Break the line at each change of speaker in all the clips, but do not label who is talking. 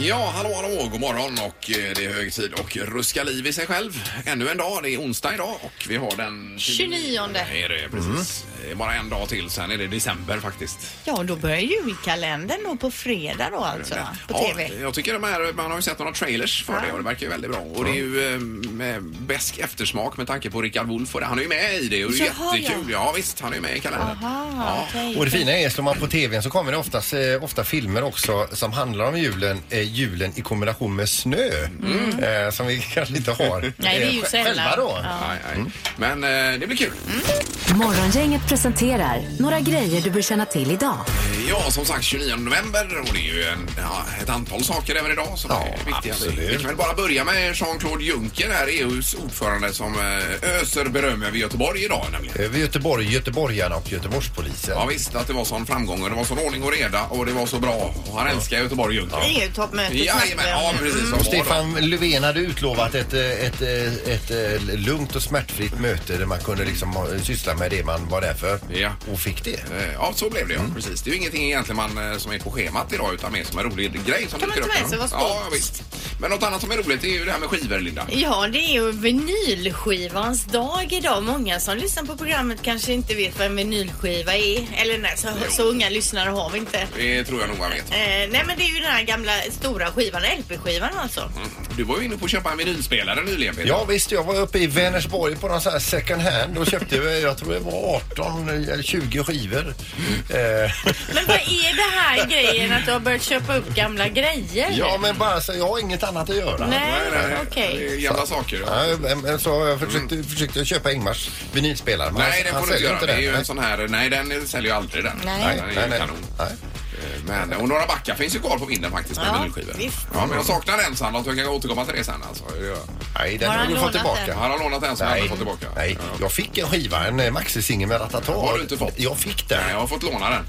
Ja, hallå, hallå, god morgon och eh, det är hög tid och ruska liv i sig själv. Ännu en dag, det är onsdag idag och vi har den
29.
Är det, precis. Det är Bara en dag till, sen är det december faktiskt.
Ja, då börjar julkalendern då på fredag då alltså, på tv.
Ja, jag tycker de här, man har ju sett några trailers för det och det verkar ju väldigt bra. Och det är ju eh, med bäsk eftersmak med tanke på Rickard Wolff och det. Han är ju med i det och det är
Jaha,
jättekul. Ja. visst, han är ju med i kalendern.
Aha, okej.
Och det fina är, slår man på tvn så kommer det oftast, eh, ofta filmer också som handlar om julen, eh, julen i kombination med snö. Eh, som vi kanske inte har
Mm. Nej, det är ju
eh, sj-
sällan.
själva då.
Nej, nej. Men eh, det blir kul.
Morgongänget presenterar några grejer du bör känna till idag.
Ja, som sagt 29 november och det är ju en, ja, ett antal saker även idag som
Ja,
är viktiga.
absolut.
Vi kan väl bara börja med Jean-Claude Juncker här, EUs ordförande som eh, öser beröm över Göteborg idag nämligen.
Över Eh, Göteborg, göteborgarna och Göteborgspolisen.
Ja, visst att det var sån framgång och det var sån ordning och reda och det var så bra och han älskar Göteborg Juncker.
EU-toppmötet
Jajamän, ja precis.
Och
Så var det.
Mm. Stefan Löfven hade utlovat ett, eh, ett, eh, ett, eh, lugnt och smärtfritt möte där man kunde liksom eh, syssla med det man var där för.
Ja.
Och fick det.
Eh, Ja, så blev det ja.
Mm.
Precis. Det är ju ingenting egentligen man, eh, som är på schemat idag utan mer som en rolig grej som
Kan man
dyker
ta
upp.
med sig, vad skoj.
Ja, visst. Men något annat som är roligt det är ju det här med skivor, Linda.
Ja, det är ju vinylskivans dag idag. Många som lyssnar på programmet kanske inte vet vad en vinylskiva är. Eller nej, så, så unga lyssnare har vi inte.
Det tror jag nog man vet.
Eh, nej, men det är ju den här gamla stora skivan, LP-skivan alltså.
Du var ju inne på att köpa en vinylspelare nyligen Peter.
Ja visst, jag var uppe i Vänersborg på någon sån här second hand och köpte, jag, jag tror det var 18 eller 20 skivor.
Mm.
Eh,
Men vad är det här grejen att du har börjat köpa upp gamla grejer?
ja men bara så, jag har inget annat att göra.
Nej,
Nej, nej, nej.
okej.
Det är Gamla saker.
Nej, men så jag försökte, försökte köpa Ingmars vinylspelare. men
Mm. Nej,
han-
det
han
får du inte göra.
säljer
Det är
den.
ju en
Nej.
sån här, nej den säljer ju aldrig den.
Nej.
den är
Nej, nej,
ju
nej.
kanon.
nej.
Men, och några backar finns ju kvar på vinden faktiskt med
Ja,
vinylskivor.
visst.
Ja, men jag saknar en Sandra så jag kan återkomma till det sen alltså. Jag-
Nej, den
Har
har,
han
du
lånat
fått tillbaka.
den?
Han har lånat en som jag
Nej,
aldrig fått tillbaka.
nej.
Ja.
jag fick en skiva, en eh, maxisingel med Ratata.
Har du inte fått?
Jag fick
Nej,
den.
jag har fått låna den.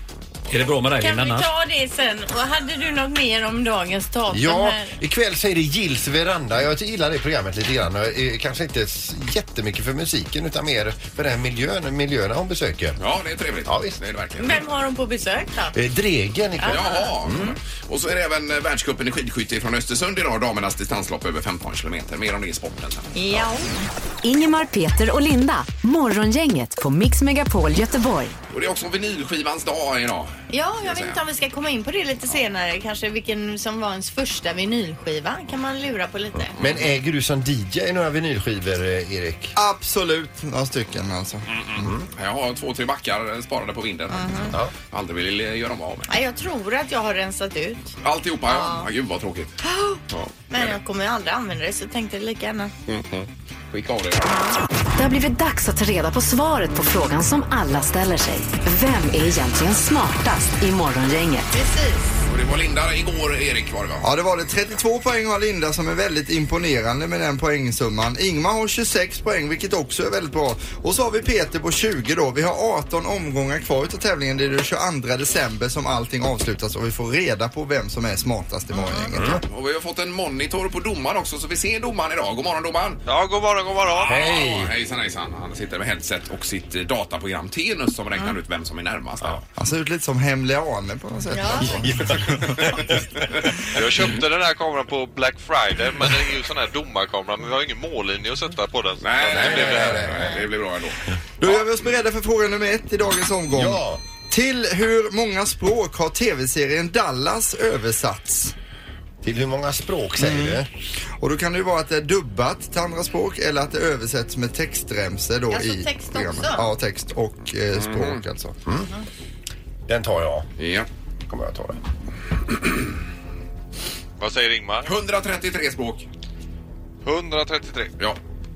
Är det bra med dig
Kan
Linda
vi
annars?
ta det sen? Och hade du något mer om dagens tavla?
Ja,
här?
ikväll så är det Gills veranda. Jag gillar det programmet lite grann. Och, eh, Kanske inte s- jättemycket för musiken utan mer för den här miljön, miljöerna hon besöker.
Ja, det är trevligt.
Ja, visst.
Det är det verkligen.
Vem har de på besök då?
Eh, Dregen ikväll.
Jaha. Och så är det även eh, världscupen i skidskytte från Östersund idag. Damernas distanslopp över 15 kilometer. Mer om det i sporten sen.
Ja.
Ingemar, Peter och Linda. Morgongänget på Mix Megapol Göteborg.
Och det är också vinylskivans dag idag.
ja, jag vet
säga.
inte om vi ska komma in på det lite senare. Kanske vilken som var ens första vinylskiva kan man lura på lite.
Men äger du som DJ några vinylskivor, eh, Erik?
Absolut, några stycken alltså.
Jag har två, tre backar eh, sparade på vinden.
Ja.
Aldrig vill eh, göra dem av med.
Nej, jag tror att jag har rensat ut.
Alltihopa, ja. ja. Gud vad tråkigt. Ja.
Men jag kommer ju aldrig använda det så tänkte jag lika gärna.
Skicka av det.
Det har blivit dags att ta reda på svaret på frågan som alla ställer sig. Vem är egentligen smartast i morgongänget?
Precis.
Och det var Linda igår, Erik var det va?
Ja, det var det. 32 poäng har Linda som är väldigt imponerande med den poängsumman. Ingmar har 26 poäng, vilket också är väldigt bra. Och så har vi Peter på 20 då. Vi har 18 omgångar kvar utav tävlingen. Det är den 22 december som allting avslutas och vi får reda på vem som är smartast i morgongänget.
Och vi har fått en monitor på domaren också så vi ser domaren idag. God morgon domaren!
Ja, god morgon, god morgon.
Hej!
Ja, hejsan hejsan. Han sitter med headset och sitt eh, dataprogram Tenus som räknar ut vem som är närmast. Ja.
Han ser ut lite som Hemliga Arne på något sätt.
Ja.
Jag köpte den här kameran på Black Friday, men det är ju sån här domarkamera, men vi har ingen mållinje att sätta på den.
Nej,
Så
nej,
det
nej,
blev det här.
nej, nej, det blir bra ändå.
Då gör vi oss beredda för fråga nummer ett i dagens omgång.
Ja.
Till hur många språk har tv-serien Dallas översatts?
Till hur många språk säger du?
Och då kan det ju vara att det är dubbat till andra språk eller att det översätts med textremsor då
Alltså
i
text
programmet.
också?
Ja, text och eh, språk alltså.
Den tar jag.
Ja.
Kommer jag ta den.
Vad säger Ingmar?
133 språk.
133.
Ja.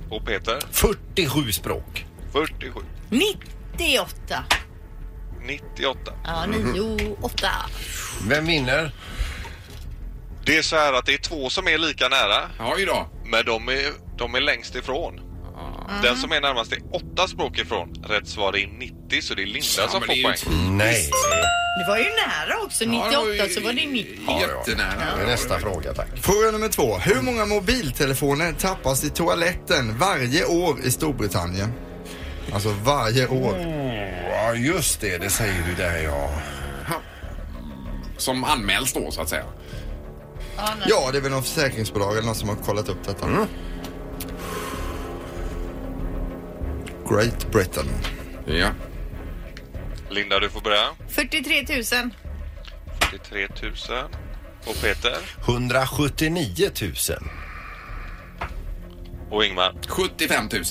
Och Peter?
47 språk.
47.
98.
98.
Ja, 9, 8.
Vem vinner?
Det är så här att det är två som är lika nära,
Ja, idag.
men de är, de är längst ifrån.
Mm.
Den som är närmast är åtta språk ifrån. Rätt svar är 90, så det är alltså Linda
Ja,
som får
men det är ju
poäng.
Nej.
Det var ju nära också. 98 så var det 90.
Ja,
ja.
Jättenära.
Det är nästa fråga, tack.
Fråga nummer två. Hur många mobiltelefoner tappas i toaletten varje år i Storbritannien? Alltså varje
Mm.
år.
Ja, just det. Det säger du där, ja.
Som anmäls då så att säga.
Ja, det är väl någon försäkringsbolag eller någon som har kollat upp detta. Great Britain.
Ja.
Linda, du får börja.
43 000.
43 000. Och Peter
179 000.
och Ingmar
75 000.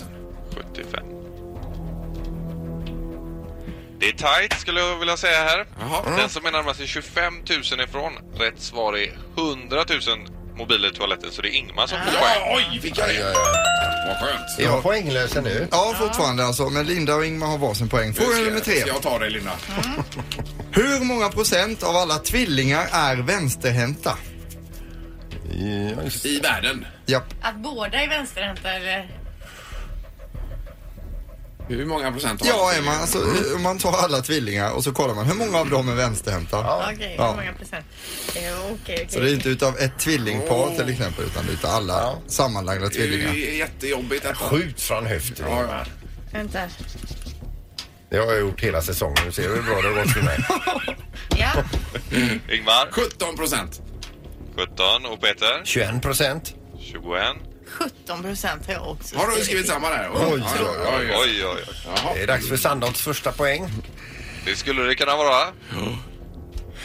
75. Det är tight skulle jag vilja säga här.
Jaha. Mm.
Den som är närmast är 25 000 ifrån. Rätt svar är 100 000 mobiler i toaletten så det är Ingmar som får poäng.
Oj, fick jag
Aj,
det?
aj, aj.
Vad
Är
skönt.
jag poänglösa nu?
Ja, fortfarande alltså. Men Linda och Ingmar har varsin poäng. Fråga nummer tre.
Jag tar det, Linda.
Hur många procent av alla tvillingar är vänsterhänta?
Ja, just
I världen.
Japp.
Att båda är vänsterhänta eller?
Hur många procent har
Ja, Emma, alltså, om man tar alla tvillingar och så kollar man hur många av dem är vänsterhänta.
Okej,
Ja.
hur många procent? Eh, Okej, okej.
Så det är inte utav ett tvillingpar till exempel utan utav alla sammanlagda
Det är
tvillingar.
ju jättejobbigt. detta.
Skjut från höften.
Ja, ja.
Vänta.
Det har jag gjort hela säsongen. Du ser hur bra det har gått för mig.
Ja,
Ingmar
17 procent.
17 och Peter
21 procent.
21.
17 procent har jag också
Har du skrivit samma där?
Oj,
Ja, ja, ja, ja.
Oj, oj, oj.
Jaha.
Det är dags för Sandholts första poäng.
Det skulle det kunna vara.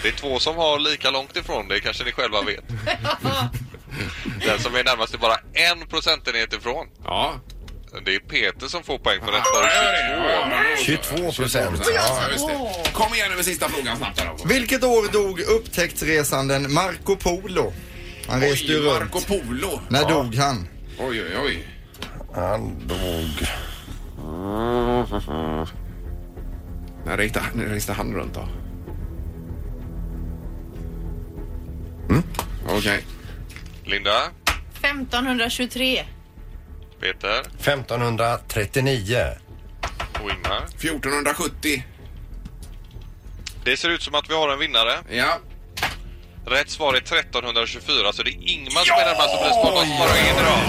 Det är två som har lika långt ifrån det kanske ni själva vet. Den som är närmast är bara en procentenhet ifrån.
Ja.
Det är Peter som får poäng för rätt svar
Ja,
är
det är det.
22.
Ja, men då så.
22 procent.
Ja, just det. Kom igen nu med sista frågan snabbt här då.
Vilket år dog upptäcktsresanden Marco Polo? Han reste ju
Oj,
runt.
Marco Polo.
När dog han?
Oj, oj, oj.
Han dog...
När reste han- när reste han runt då? Mm. Okej.
Linda,
1523.
Peter
1539.
och Ingmar.
1470.
Det ser ut som att vi har en vinnare.
Ja.
Rätt svar är 1324 så det är Ingmar som är närmast och blir smartast på morgonen idag.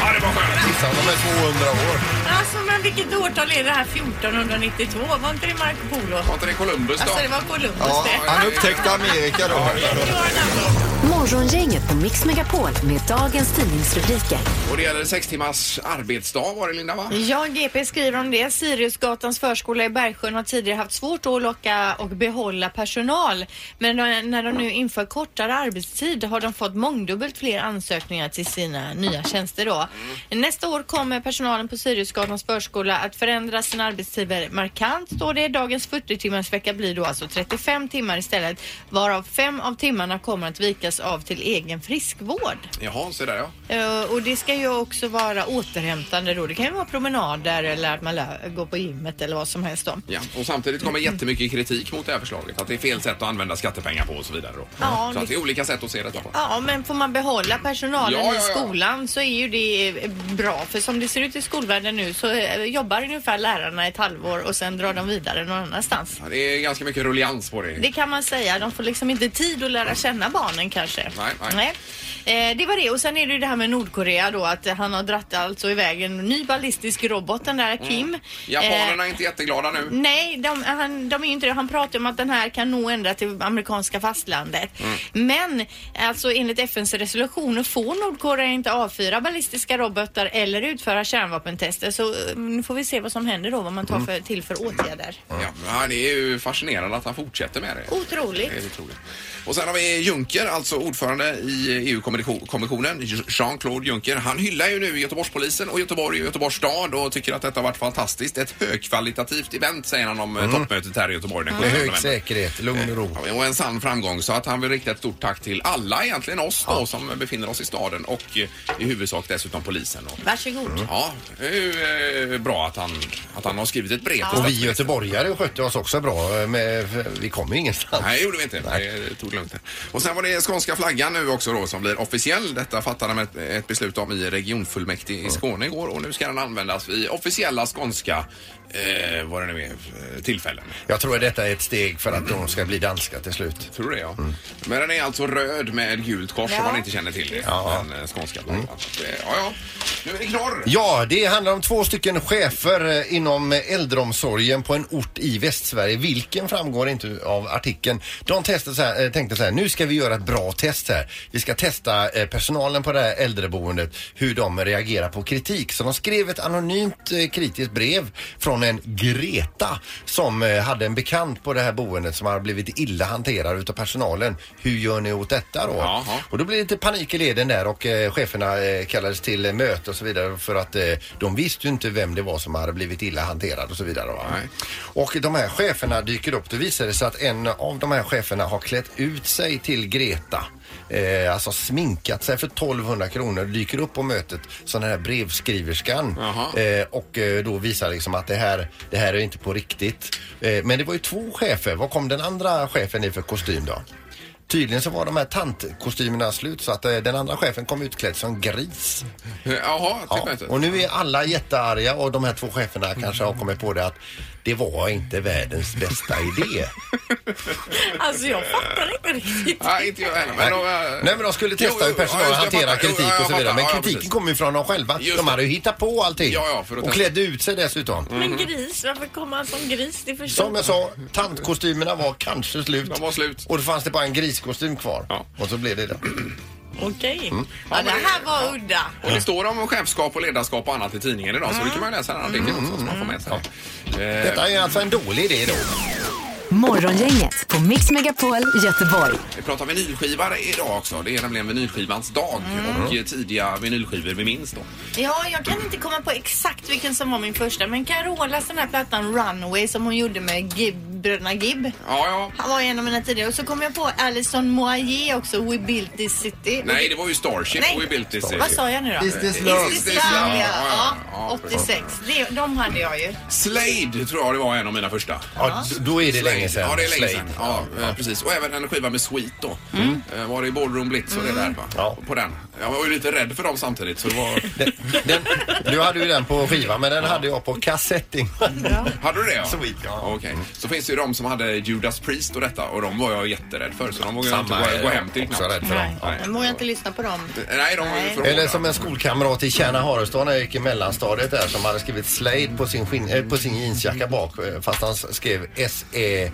Ja, det var skönt.
Gissa om de är 200 år.
Alltså men vilket årtal är det här 1492? Var inte det Marco Polo?
Var inte det Columbus då?
Alltså det var Columbus
Ja,
det.
han upptäckte Amerika då.
Det var en annan.
Morgongänget på Mix Megapol med dagens tidningsrubriker.
Och det gäller sex timmars arbetsdag var det Linda va?
Ja, GP skriver om det. Siriusgatans förskola i Bergsjön har tidigare haft svårt att locka och behålla personal. Men när- när de nu inför kortare arbetstid har de fått mångdubbelt fler ansökningar till sina nya tjänster då. Nästa år kommer personalen på Siriusgatans förskola att förändra sina arbetstider markant står det. Dagens 40 timmars vecka blir då alltså 35 timmar istället varav fem av timmarna kommer att vikas av till egen friskvård.
Jaha, så där ja.
Eh, Och det ska ju också vara återhämtande då. Det kan ju vara promenader eller att man lö- går på gymmet eller vad som helst då.
ja. Och samtidigt kommer jättemycket kritik mot det här förslaget. Att det är fel sätt att använda skattepengar på och så vidare då.
Ja,
så att
det-
det är olika sätt att se detta på.
Ja, men får man behålla personalen
Ja, ja,
i
ja.
skolan så är ju det eh, bra. För som det ser ut i skolvärlden nu så eh, jobbar ungefär lärarna ett halvår och sen drar de vidare någon annanstans.
Ja, Det är ganska mycket ruljans på det.
Det kan man säga. De får liksom inte tid att lära känna barnen kanske.
Nej, nej.
Eh, det var det. Och sen är det ju det här med Nordkorea då att eh, han har dratt alltså iväg en ny ballistisk robot, den där Kim. Eh,
Mm. Japanerna är inte jätteglada nu.
Nej, de, han, de är ju inte det. Han pratar ju om att den här kan nå ända till amerikanska fastlandet. Men alltså enligt FNs resolutioner får Nordkorea inte avfyra ballistiska robotar eller utföra kärnvapentester. Så eh, nu får vi se vad som händer då, vad man tar för, till för åtgärder.
Ja, men det är ju fascinerande att han fortsätter med det.
Otroligt.
Det är otroligt. Och sen har vi Juncker, alltså ordförande i EU-kommissionen, Jean-Claude Juncker. Han hyllar ju nu Göteborgspolisen och Göteborg och Göteborgs stad och tycker att detta har varit fantastiskt. Ett högkvalitativt event säger han om eh, toppmötet här i Göteborg den 17
Med hög
november.
säkerhet, lugn och ro.
Ja, Och en sann framgång så att han vill rikta ett stort tack till alla egentligen oss då som befinner oss i staden och eh, i huvudsak dessutom polisen. Och,
Varsågod.
ja, det är ju eh, bra att han, att han har skrivit ett brev till
Och
statsministern.
vi göteborgare skötte oss också bra. Men vi kom ju ingenstans.
Nej, det gjorde vi inte. Det tog det lugnt. Och sen var det skånska flaggan nu också då som blir officiell. Detta fattade de ett, ett beslut om i regionfullmäktige i Skåne igår och nu ska den användas i officiella skånska eh, vad det nu är, eh, tillfällen.
Jag tror att detta är ett steg för att de ska bli danska till slut.
Tror det ja.
Mm.
Men den är alltså röd med ett gult kors om
Ja.
man inte känner till det.
Ja.
Den eh, skånska mm. Ja, ja. Nu är det knorr.
Ja, det handlar om två stycken chefer eh, inom äldreomsorgen på en ort i Västsverige. Vilken framgår inte av artikeln. De testade så här, eh, tänkte så här, nu ska vi göra ett bra test här. Vi ska testa eh, personalen på det här äldreboendet, hur de reagerar på kritik. Så de skrev ett anonymt eh, kritiskt brev från en Greta som eh, hade en bekant på det här boendet som hade blivit illa hanterad utav personalen. Hur gör ni åt detta då?
Jaha.
Och då blir det lite panik i leden där och eh, cheferna eh, kallades till eh, möte och så vidare för att eh, de visste ju inte vem det var som hade blivit illa hanterad och så vidare. Va?
Nej.
Och de här cheferna dyker upp. Det visar det sig att en av de här cheferna har klätt ut sig till Greta. Eh, alltså sminkat sig för 1200 kronor dyker upp på mötet som den här brevskriverskan
Jaha.
eh, och eh, då visar liksom att det här, det här är inte på riktigt. Eh, men det var ju två chefer. Vad kom den andra chefen i för kostym då? Tydligen så var de här tantkostymerna slut så att eh, den andra chefen kom utklädd som gris.
Jaha, typ titta
Ja,
inte.
och nu är alla jättearga och de här två cheferna kanske har kommit på det att det var inte världens bästa idé.
Alltså jag fattar inte riktigt.
Nej, inte jag heller. Men de, eh,
Nej men de skulle
Jo,
testa hur
jo, ja,
personalen
just det, jag
hanterar
fattar. Jo,
kritik
ja,
och så
jag
vidare. Men
fattar. Ja,
kritiken
precis.
kommer ju från dem själva.
Just
De
det.
hade ju hittat på allting.
Ja, ja, för att
och
testa.
klädde ut sig dessutom.
Men gris, varför kommer han som gris? Det förstår
Som jag sa, tantkostymerna var kanske slut.
De var slut.
Och då fanns det bara en griskostym kvar.
Ja.
Och så blev det det.
Okej. Ja, det här var udda.
Och det står om chefskap och ledarskap och annat i tidningen idag så det kan man ju läsa den här artikeln också som man får med sig. Eh,
Detta är alltså en dålig idé då.
Morgongänget på Mix Megapol Göteborg.
Vi pratar vinylskivar idag också. Det är nämligen vinylskivans dag
Mm.
och eh, tidiga vinylskivor vi minns då.
Ja, jag kan inte komma på exakt vilken som var min första. Men Carolas den här plattan Runway som hon gjorde med Gibb, bröderna Gibb.
Ja, ja.
Han var en av mina tidigare. Och så kom jag på Alison Moyer också, We Built This City.
Nej, det var ju Starship
Nej.
och We Built This
Vad
City.
sa jag nu då?
Is this love?
Is
Is
this
this
love,
love?
ja. ja,
Ja, ja, ja, precis.
86. Det, de hade jag ju.
Slade tror jag det var en av mina första.
Ja, d- då är det länge sedan.
Ja, det är länge sedan.
Slade. Mm.
Ja, eh, precis. Och även en skiva med Sweet då. Eh, Var det i Ballroom Blitz och det där va?
Ja.
På den. Jag var ju lite rädd för dem samtidigt så det var...
Den, den, du hade ju den på skiva, men den hade jag på kassetting.
Hade du det ja?
Sweet, ja. Mm.
Okej. Så finns det ju de som hade Judas Priest och detta och de var jag jätterädd för så de vågade jag inte gå, gå hem till
också rädd
knappt.
för
Nej,
dem.
jag vågar inte lyssna på dem.
Nej, de var ju
Nej.
för
Eller
hårda.
som en skolkamrat i Kärna Harestad när jag gick i mellanstadiet där som hade skrivit Slade på sin, skinn, eh, på sin jeansjacka bak eh, fast han skrev S-E...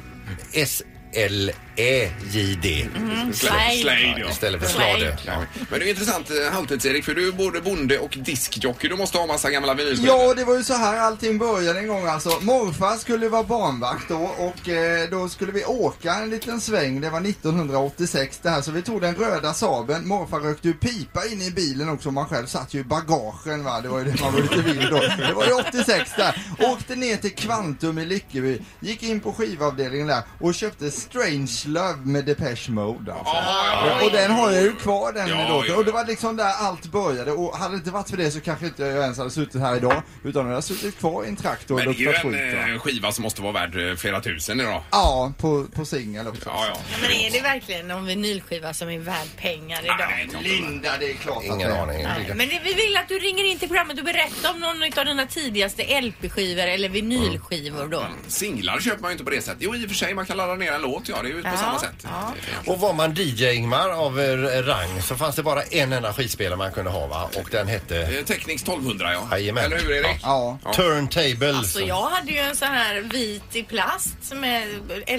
S-L-E-J-D
Mm. Slade. Slade ja.
istället för
Slade.
slade. Ja.
Men det är intressant eh, halvtids-Erik för du är både bonde och diskjockey. Du måste ha massa gamla vinylskivor.
Ja, det var ju så här allting började en gång alltså. Morfar skulle vara barnvakt då och eh, då skulle vi åka en liten sväng. Det var 1986 det här, så vi tog den röda Saaben. Morfar rökte ju pipa in i bilen också. Man själv satt ju i bagagen va. Det var ju det man var lite vild då. Det var ju 86 där. Åkte ner till Kvantum i Lyckeby. Gick in på skivavdelningen där och köpte Strange Love med Depeche Mode alltså.
Ja,
Och den har jag ju kvar den
Ja,
då.
ja.
Och det var liksom där allt började och hade det inte varit för det så kanske inte jag ens hade suttit här idag. Utan jag hade suttit kvar i en traktor och
Men det är ju
luktat skit.
en
va.
eh, skiva som måste vara värd eh, flera tusen idag.
Ja, på, på singel också.
Ja, ja.
Men är det verkligen en vinylskiva som är värd pengar idag?
Linda, det är klart
Ingen
det är.
aning.
Nej, Men det, vi vill att du ringer in till programmet och berättar om någon av dina tidigaste LP-skivor eller vinylskivor då.
Singlar köper man ju inte på det sättet. Jo, i och för sig, man kan ladda ner en låt, ja. Det är ju på
Ja,
samma sätt.
ja.
Och var man DJ Ingmar av eh, rang så fanns det bara en enda skivspelare man kunde ha va? Och den hette
Eh, Tekniks 1200, ja.
Jajamän.
Eller hur, Erik?
Ja.
Turntable.
Alltså jag hade ju en sån här vit i plast med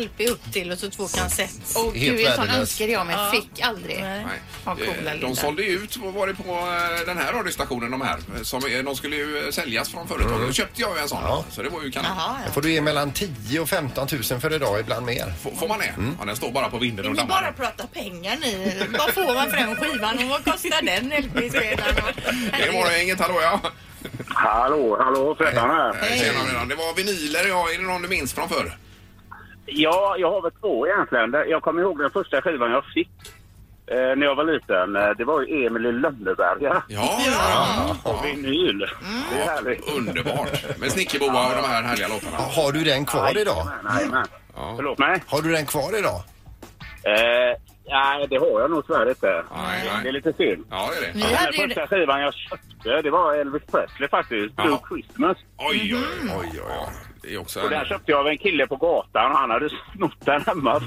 LP upp till och så två kassett.
Och gud, en sån
värdelös.
önskade jag men fick aldrig.
Nej.
Nej.
Ja, coola
Eh, de
Linda.
sålde ju ut, vad var det på eh, den här radiostationen de här? eh, Som, eh, de skulle ju eh, säljas från företaget. Då köpte jag ju en sån.
Ja.
Så det var ju kanon.
Jaha,
Där
ja.
får du ge mellan 10 och 15 000 för idag, ibland mer.
F- Får man det? Ja, den står bara på vinden
Vill
och
ni bara
dammar.
prata pengar ni? Vad får man för den skivan och vad kostar den LP-spelaren?
Det är morgongänget, hallå ja.
Hallå, hallå, Freddan här.
Tjena, Freddan. Det var vinyler, ja. Är det någon du minns från förr?
Ja, jag har väl två egentligen. Jag kommer ihåg den första skivan jag fick eh, när jag var liten. Eh, Det var ju Emil i Lönneberga
Ja, ja.
på vinyl. Det är härligt.
Underbart. Med Snickerboa och de här härliga låtarna.
Har du den kvar idag?
Jajamän, jajamän. Förlåt mig?
Har du den kvar idag?
Eh, nej, det har jag nog tyvärr inte.
Nej,
Det är
nej.
lite synd.
Ja, det är det.
Vi hade
Den
ju det.
första skivan jag köpte, det var Elvis Presley faktiskt. Blue
Jaha.
Christmas.
Oj, oj, oj. oj, oj. Det är också
Och den
en...
köpte jag av en kille på gatan och han hade snott den hemma. Så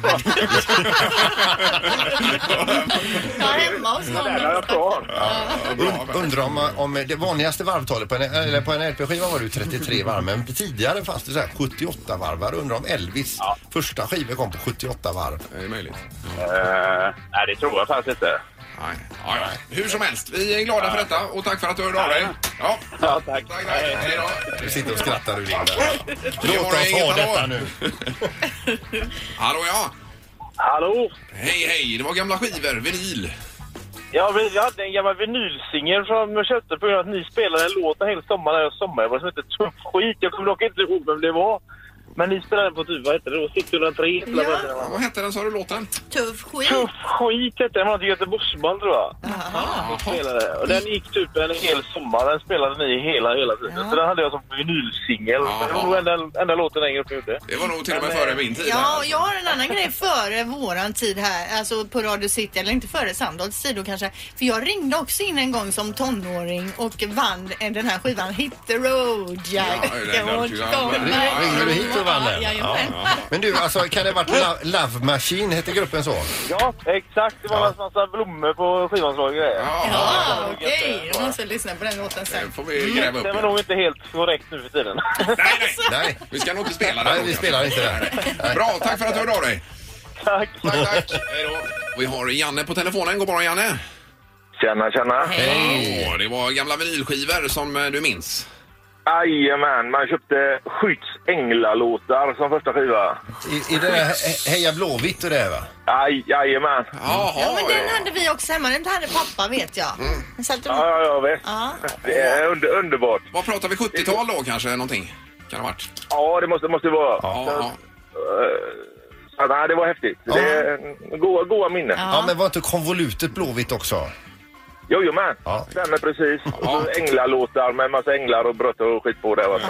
Ja, hemma hos
den har
någon.
jag kvar.
Ja, bra,
Und- Undrar om, om det vanligaste varvtalet på en, eller på en LP-skiva var det ju 33 varv men tidigare fanns det så här 78 varvar. Undrar om Elvis första skiva kom på 78 varv.
det är möjligt.
Eh, nej, det tror jag faktiskt inte.
Nej. Ja, ja. Hur som helst, vi är glada för detta och tack för att du hörde av dig. Ja,
Ja, tack.
tack, tack. Hej då.
Du sitter och skrattar du Linda.
Det
Låt
var
oss ha
inget
detta
hallå.
nu.
Hallå ja!
Hallå?
Hej hej, det var gamla skivor, vinyl.
Ja, vi vi hade en gammal vinylsingel som jag köpte på grund av att ni spelade en låt en hel sommar när jag sommarade. Det var som hette Tuff skit. Jag kommer dock inte ihåg vem det var. Men ni spelade den på typ, vad hette det då? 603? eller vad hette det, va?
Ja, vad hette den sa du låten?
Tuff skit.
Tuff skit hette den. Det var något göteborgsband tror jag. Spelade. Och den gick typ en hel sommar. Den spelade ni hela, hela tiden. Så den hade jag som vinylsingel.
Ja.
Det var nog enda, enda låten den gruppen gjorde.
Det var nog till och med
Men,
före min tid.
Ja,
här.
och jag har en annan grej före våran tid här, alltså på Radio City, eller inte före Sandals tid då kanske. För jag ringde också in en gång som tonåring och vann eh, den här skivan Hit the Road Jack.
Ja, den låter ju alldeles-
Ringde du hit och vann den?
Jajamän.
Men du, alltså kan det ha varit Lo- Love Machine? Hette gruppen så?
Ja, exakt. Det var en massa blommor på skivanslag och grejer.
Ja,
Ja, okej. Jag måste lyssna på den låten sen.
det får vi gräva upp.
Mm, Det var nog inte helt korrekt nu för tiden.
Nej, nej.
Nej.
Vi ska nog inte spela den.
Nej, vi spelar inte den.
Bra, tack för att du hörde av dig.
Tack!
Tack, tack. Hej då. Vi har Janne på telefonen. God morgon Janne.
Tjena, tjena!
Åh, det var gamla vinylskivor som eh, du minns.
Jajamän, man köpte Skydds änglalåtar som första skiva.
I, i det där He- Heja Blåvitt och det här, va?
Aj, jajamän!
Jaha,
Mm. Ja, men den hade vi också hemma. Den hade pappa vet jag. Den satte
Ja, ja, ja, visst.
Ja.
Det är under, underbart.
Vad pratar vi 70-tal då kanske någonting? Kan det ha varit?
Ja, det måste, måste vara.
Ja, ja.
Eh, Så, nej, det var häftigt. Det är eh, goa, goa minnen.
Ja. men var inte konvolutet Blåvitt också?
Jajamän,
Ja.
stämmer precis. Och så
Ja.
änglalåtar med massa änglar och brötter och skit på det. va.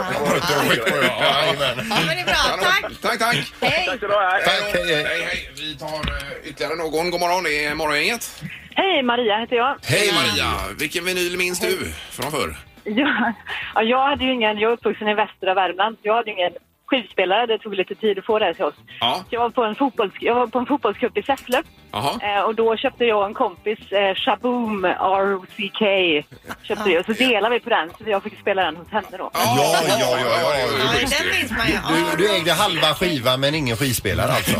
Jajamän.
Ja, men det är bra. Tack!
Tack, tack.
Hej!
Tack ska du ha, hej.
Tack, hej, hej.
Hej, hej. Vi tar eh, ytterligare någon. God morgon, det är Morgongänget.
Hej, Maria heter jag.
Hej Maria. Vilken vinyl minns du från förr?
Jag, ja, jag, hade ju ingen, jag är uppvuxen i västra Värmland. Jag hade ju ingen skivspelare. Det tog lite tid att få det här till oss.
Ja.
Jag var på en, fotbolls, jag var på en fotbollscup i Säffle
Jaha.
eh, och då köpte jag och en kompis eh, Shaboom RCK. Köpte jag, så delade vi på den så jag fick spela den hos henne då.
Ja, ja, ja, ja, ja.
Ja,
just
den
det.
minns man ju.
Du, du ägde halva skivan men ingen skivspelare alltså?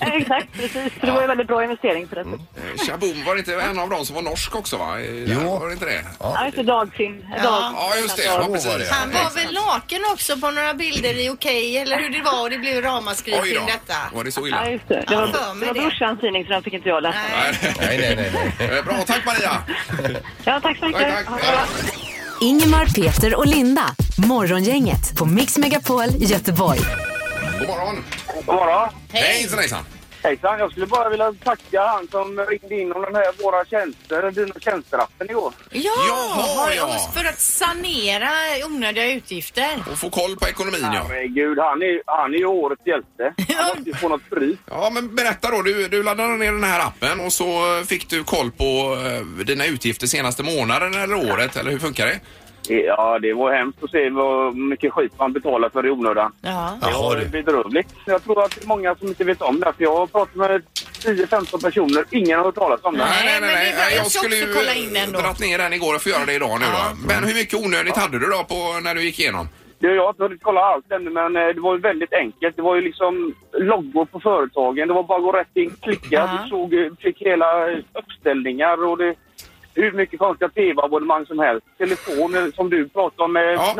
Eh, Exakt, precis. Så det var ju en väldigt bra investering för det.
Eh, Shaboom, var det inte en av dem som var norsk också? Va? Eh,
Jo.
Var det inte det?
Ja, just det, dagsim. Dag-
Ja, just det. Ja,
var
precis.
det.
Han var väl naken också på några bilder i Okej eller hur det var och det blev ramaskri
Oj
kring
då.
detta.
Var det så illa?
Ja,
Nej.
just det. Det var,
Ja, för mig
det var
det.
brorsans tidning så den fick inte jag läsa.
Nej, nej, nej. nej.
Eh, Bra, tack Maria.
Ja, tack så mycket.
Tack, tack.
Ha det bra.
Ingemar, Peter och Linda. Morgongänget på Mix Megapol Göteborg.
God morgon.
God morgon!
Hejsan hejsan.
Hejsan, jag skulle bara vilja tacka han som ringde in om den här Våra tjänster, Dina tjänsterappen igår.
Ja,
Jaha, ja.
och för att sanera onödiga utgifter.
Och få koll på ekonomin ja.
Men gud, han är, han är ju årets hjälte. Han måste ju få något pris.
Ja men berätta då, du, du laddade ner den här appen och så eh, fick du koll på eh, dina utgifter senaste månaden eller året eller hur funkar det?
Ja, det var hemskt att se vad mycket skit man betalar för i onödan.
Ja.
Det
Jaha,
var
du.
bedrövligt. Jag tror att det är många som inte vet om det. För jag har pratat med 10-15 personer. Ingen har hört talas om det.
Nej, men det är bra. Jag ska också kolla in den då.
dragit ner den igår och få göra det idag nu
Ja.
då. Men hur mycket onödigt hade du då på, när du gick igenom?
Det, jag har inte hunnit kolla allt ännu, men eh, det var ju väldigt enkelt. Det var ju liksom loggor på företagen. Det var bara att gå rätt in, klicka.
Ja.
Du såg, eh, fick hela eh, uppställningar och det, hur mycket konstiga tv-abonnemang som helst. Telefon, eh, som du pratade om, med
Ja.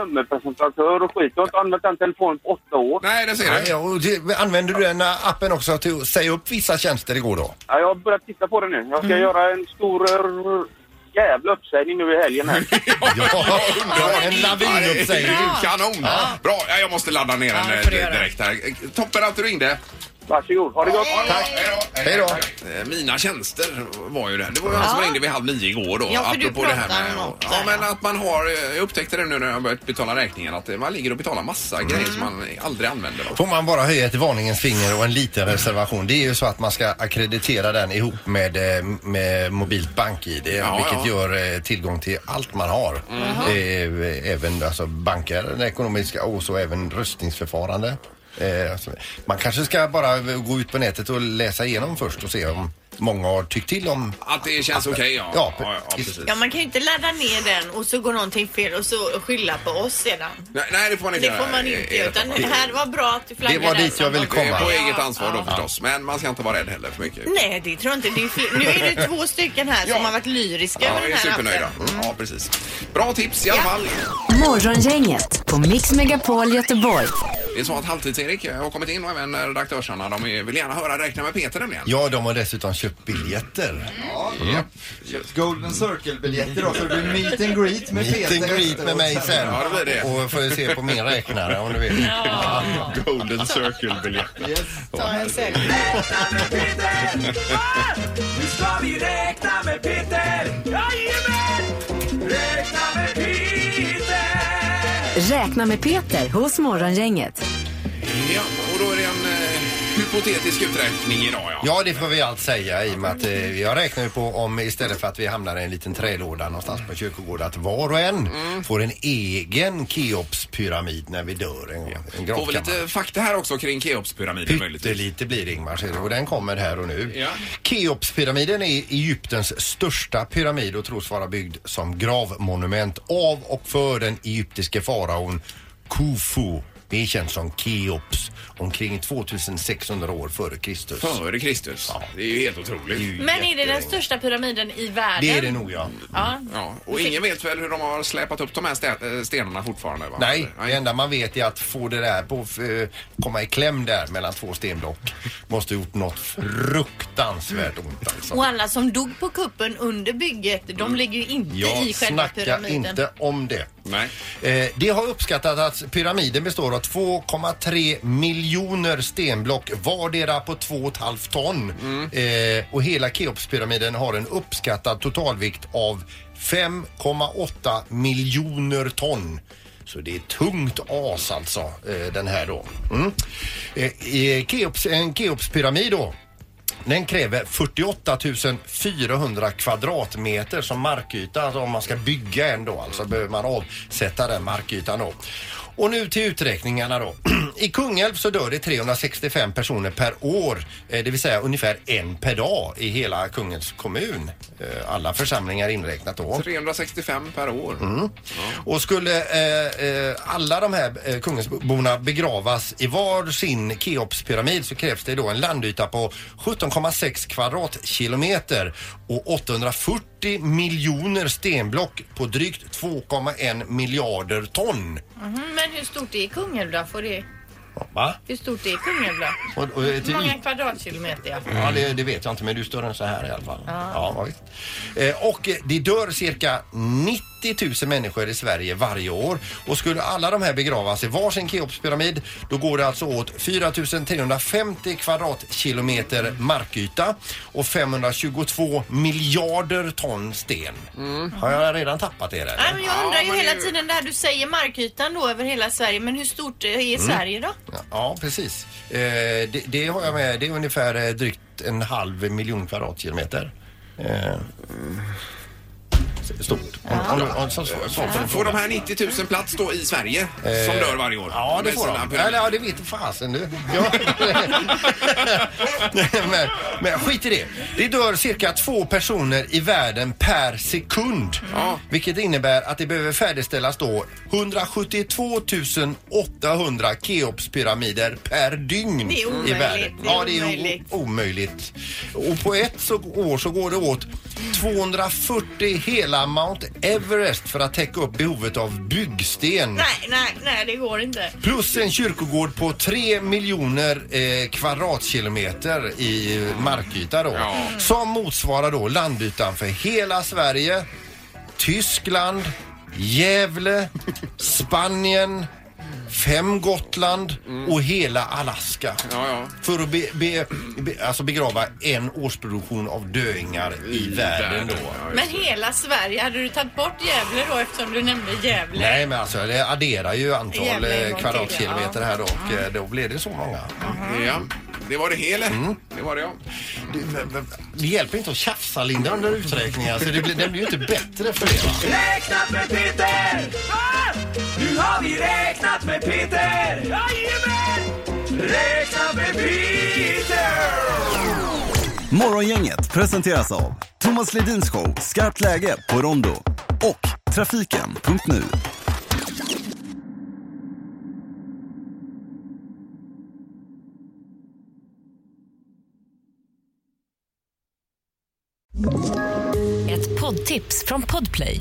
nummerpresentatör och skit. Jag har inte använt den telefonen på åtta år.
Nej, det ser
Nej,
du.
och det, använder du den här appen också till att säga upp vissa tjänster igår då?
Ja, jag har börjat titta på det nu. Jag ska göra en stor eh, jävla uppsägning nu i helgen här.
Ja, en
Ja, det är-
lavinuppsägning.
Kanon! Bra, ja, jag måste ladda ner den
det
eh,
får du göra.
direkt här. Toppen att du ringde.
Varsågod, ha det gott!
Tack. Hej då.
Eh, Mina tjänster var ju det. Det var ju han som ringde vid halv nio igår då.
Ja, för du pratade om något
Ja,
där,
men
ja.
att man har... eh, Jag upptäckte det nu när jag börjat betala räkningen att eh, man ligger och betalar massa
Mm.
grejer som man aldrig använder. Då.
Får man bara höja ett varningens finger och en liten reservation. Det är ju så att man ska akkreditera den ihop med, eh, med mobilt bank-id.
Ja, Mhm. ja.
vilket gör eh, tillgång till allt man har. Eh, även alltså, banker, den ekonomiska och så även röstningsförfarande. Eh, alltså, man kanske ska bara gå ut på nätet och läsa igenom först och se om många har tyckt till om...
Att det känns okej, ja.
Ja,
precis.
Ja, man kan ju inte ladda ner den och så går någonting fel och så skylla på oss sedan.
Nej, nej, det får man inte
Det får man inte
Eh,
göra.
eh,
Utan det här var bra att du flaggade
Det var
där,
dit jag ville
Sandra.
Det är
komma.
på
Ja,
eget ansvar då
ja.
förstås. Men man ska inte vara rädd heller för mycket.
Nej, det tror jag inte. Det är fel. Nu är det två stycken här
Ja.
som har varit lyriska
Ja,
över
vi
den
är
här
supernöjda.
appen.
Ja, precis. Bra tips i alla
Mm. Ja.
fall.
Morgongänget på Mix Megapol Göteborg.
Det är så att Halvtids-Erik har kommit in och även redaktörsarna. De vill gärna höra Räkna med Peter nämligen.
Ja, de har dessutom köpt biljetter.
Golden Circle-biljetter då, så det blir meet and greet med
Meet and greet med mig sen.
Ja, det blir det.
Och får se på min räknare om du vill.
Golden Circle-biljetter.
Yes.
Alltså. Ta en selfie.
Nu ska vi räkna med Peter! Jajamän! Räkna med Peter!
Räkna med Peter hos Morgongänget.
Ja, och då är det en eh, hypotetisk uträkning idag ja.
Ja, det får vi allt säga i och med att eh, jag räknar ju på om istället för att vi hamnar i en liten trälåda någonstans på kyrkogården att var och en
Mm.
får en egen Keopspyramid när vi dör. En, en
Får vi
gravkammare.
lite fakta här också kring Keopspyramiden möjligtvis.
Pyttelite blir det Ingmar, ser du, och den kommer här och nu.
Ja.
Keopspyramiden är Egyptens största pyramid och tros vara byggd som gravmonument av och för den egyptiske faraon Khufu. Det är känt som Keops, omkring 2600 år före Kristus.
Före Kristus. Det är ju helt
Mm.
otroligt.
Men är det den största pyramiden i världen?
Det är det nog ja.
Ja.
Ja, och ingen vet väl hur de har släpat upp de här stä- eh, stenarna fortfarande? Va?
Nej, det enda man vet är att få det där på, eh, komma i kläm där mellan två stenblock måste gjort något fruktansvärt ont alltså.
Och alla som dog på kuppen under bygget, de ligger ju inte i
Jag
själva
snackar
pyramiden.
Mm. inte om det.
Nej.
Eh, det har uppskattat att pyramiden består av 2,3 miljoner stenblock vardera på 2,5 ton. Eh, och hela Keopspyramiden har en uppskattad totalvikt av 5,8 miljoner ton. Så det är tungt as alltså, eh, den här då. Mm. Eh, eh, Keops, en Keopspyramid då. Den kräver 48 400 kvadratmeter som markyta. Alltså om man ska bygga en då, alltså behöver man avsätta den markytan då. Och nu till uträkningarna då. I Kungälv så dör det 365 personer per år, eh, det vill säga ungefär en per dag i hela Kungälvs kommun. Eh, Alla församlingar inräknat då.
365 per år.
Mm, Och skulle eh, eh, alla de här eh, kungensborna begravas i var sin Keopspyramid så krävs det då en landyta på 17,6 kvadratkilometer och 840 miljoner stenblock på drygt 2,1 miljarder ton.
Mhm, men hur stort är Kungälv då? Får det...
Va?
Hur stort är Kungälv då?
Och, och, eh,
Hur
till
många kvadratkilometer? Ja.
Ja, det, det vet jag inte, men du större än så här i alla fall. Ja, ja, visst. Eh, och eh, det dör cirka 90 000 människor i Sverige varje år. Och skulle alla de här begravas i varsin Keopspyramid, då går det alltså åt 4 350 kvadratkilometer markyta och 522 miljarder ton sten. Har jag redan tappat det
Nej,
där?
men jag undrar ju
men
hela
det-
tiden där du säger markytan då över hela Sverige. Men hur stort är
Mm.
Sverige då?
Ja, precis. Eh, det, det har jag med. Det är ungefär eh, drygt en halv miljon kvadratkilometer. Eh, stort. Om, om, om, så, så, så,
Får de här 90 000 plats då i Sverige som dör varje år?
Eh, Ja, det
Med
får
sina
de.
pyramider.
Eller, ja, det vet fasen du. Ja. men, men skit i det. Det dör cirka två personer i världen per sekund.
Ja.
Vilket innebär att det behöver färdigställas då 172 800 Keopspyramider per dygn
Det är
i
omöjligt.
världen.
Det är
ja, det är
omöjligt.
o- omöjligt. Och på ett så år så går det åt 240 hela Mount Everest för att täcka upp behovet av byggsten.
Nej, nej, nej, det går inte.
Plus en kyrkogård på 3 miljoner eh, kvadratkilometer i markyta då.
Ja.
Som motsvarar då landytan för hela Sverige, Tyskland, Gävle, Spanien, fem Gotland och hela Alaska.
Ja, ja.
För att be, be, be, alltså begrava en årsproduktion av döingar i, världen då.
Men hela Sverige, hade du tagit bort Gävle då eftersom du nämnde Gävle?
Nej men alltså det adderar ju antal
Jävla en
eh,
gång
kvadratkilometer
till, ja.
här då och eh, då blir det Mm. så många.
Ja, det var det hela. Det var det ja.
Det, men- men- det hjälper inte att tjafsa Linda under uträkningar så Alltså, det blir, den blir ju inte bättre för det va?
Räknat med Peter! Ah! Nu har vi räknat med Peter! Jajamän! Räknat med Peter!
Morgongänget presenteras av Thomas Ledins show Skarpt läge på Rondo och Trafiken.nu.
Ett poddtips från Podplay.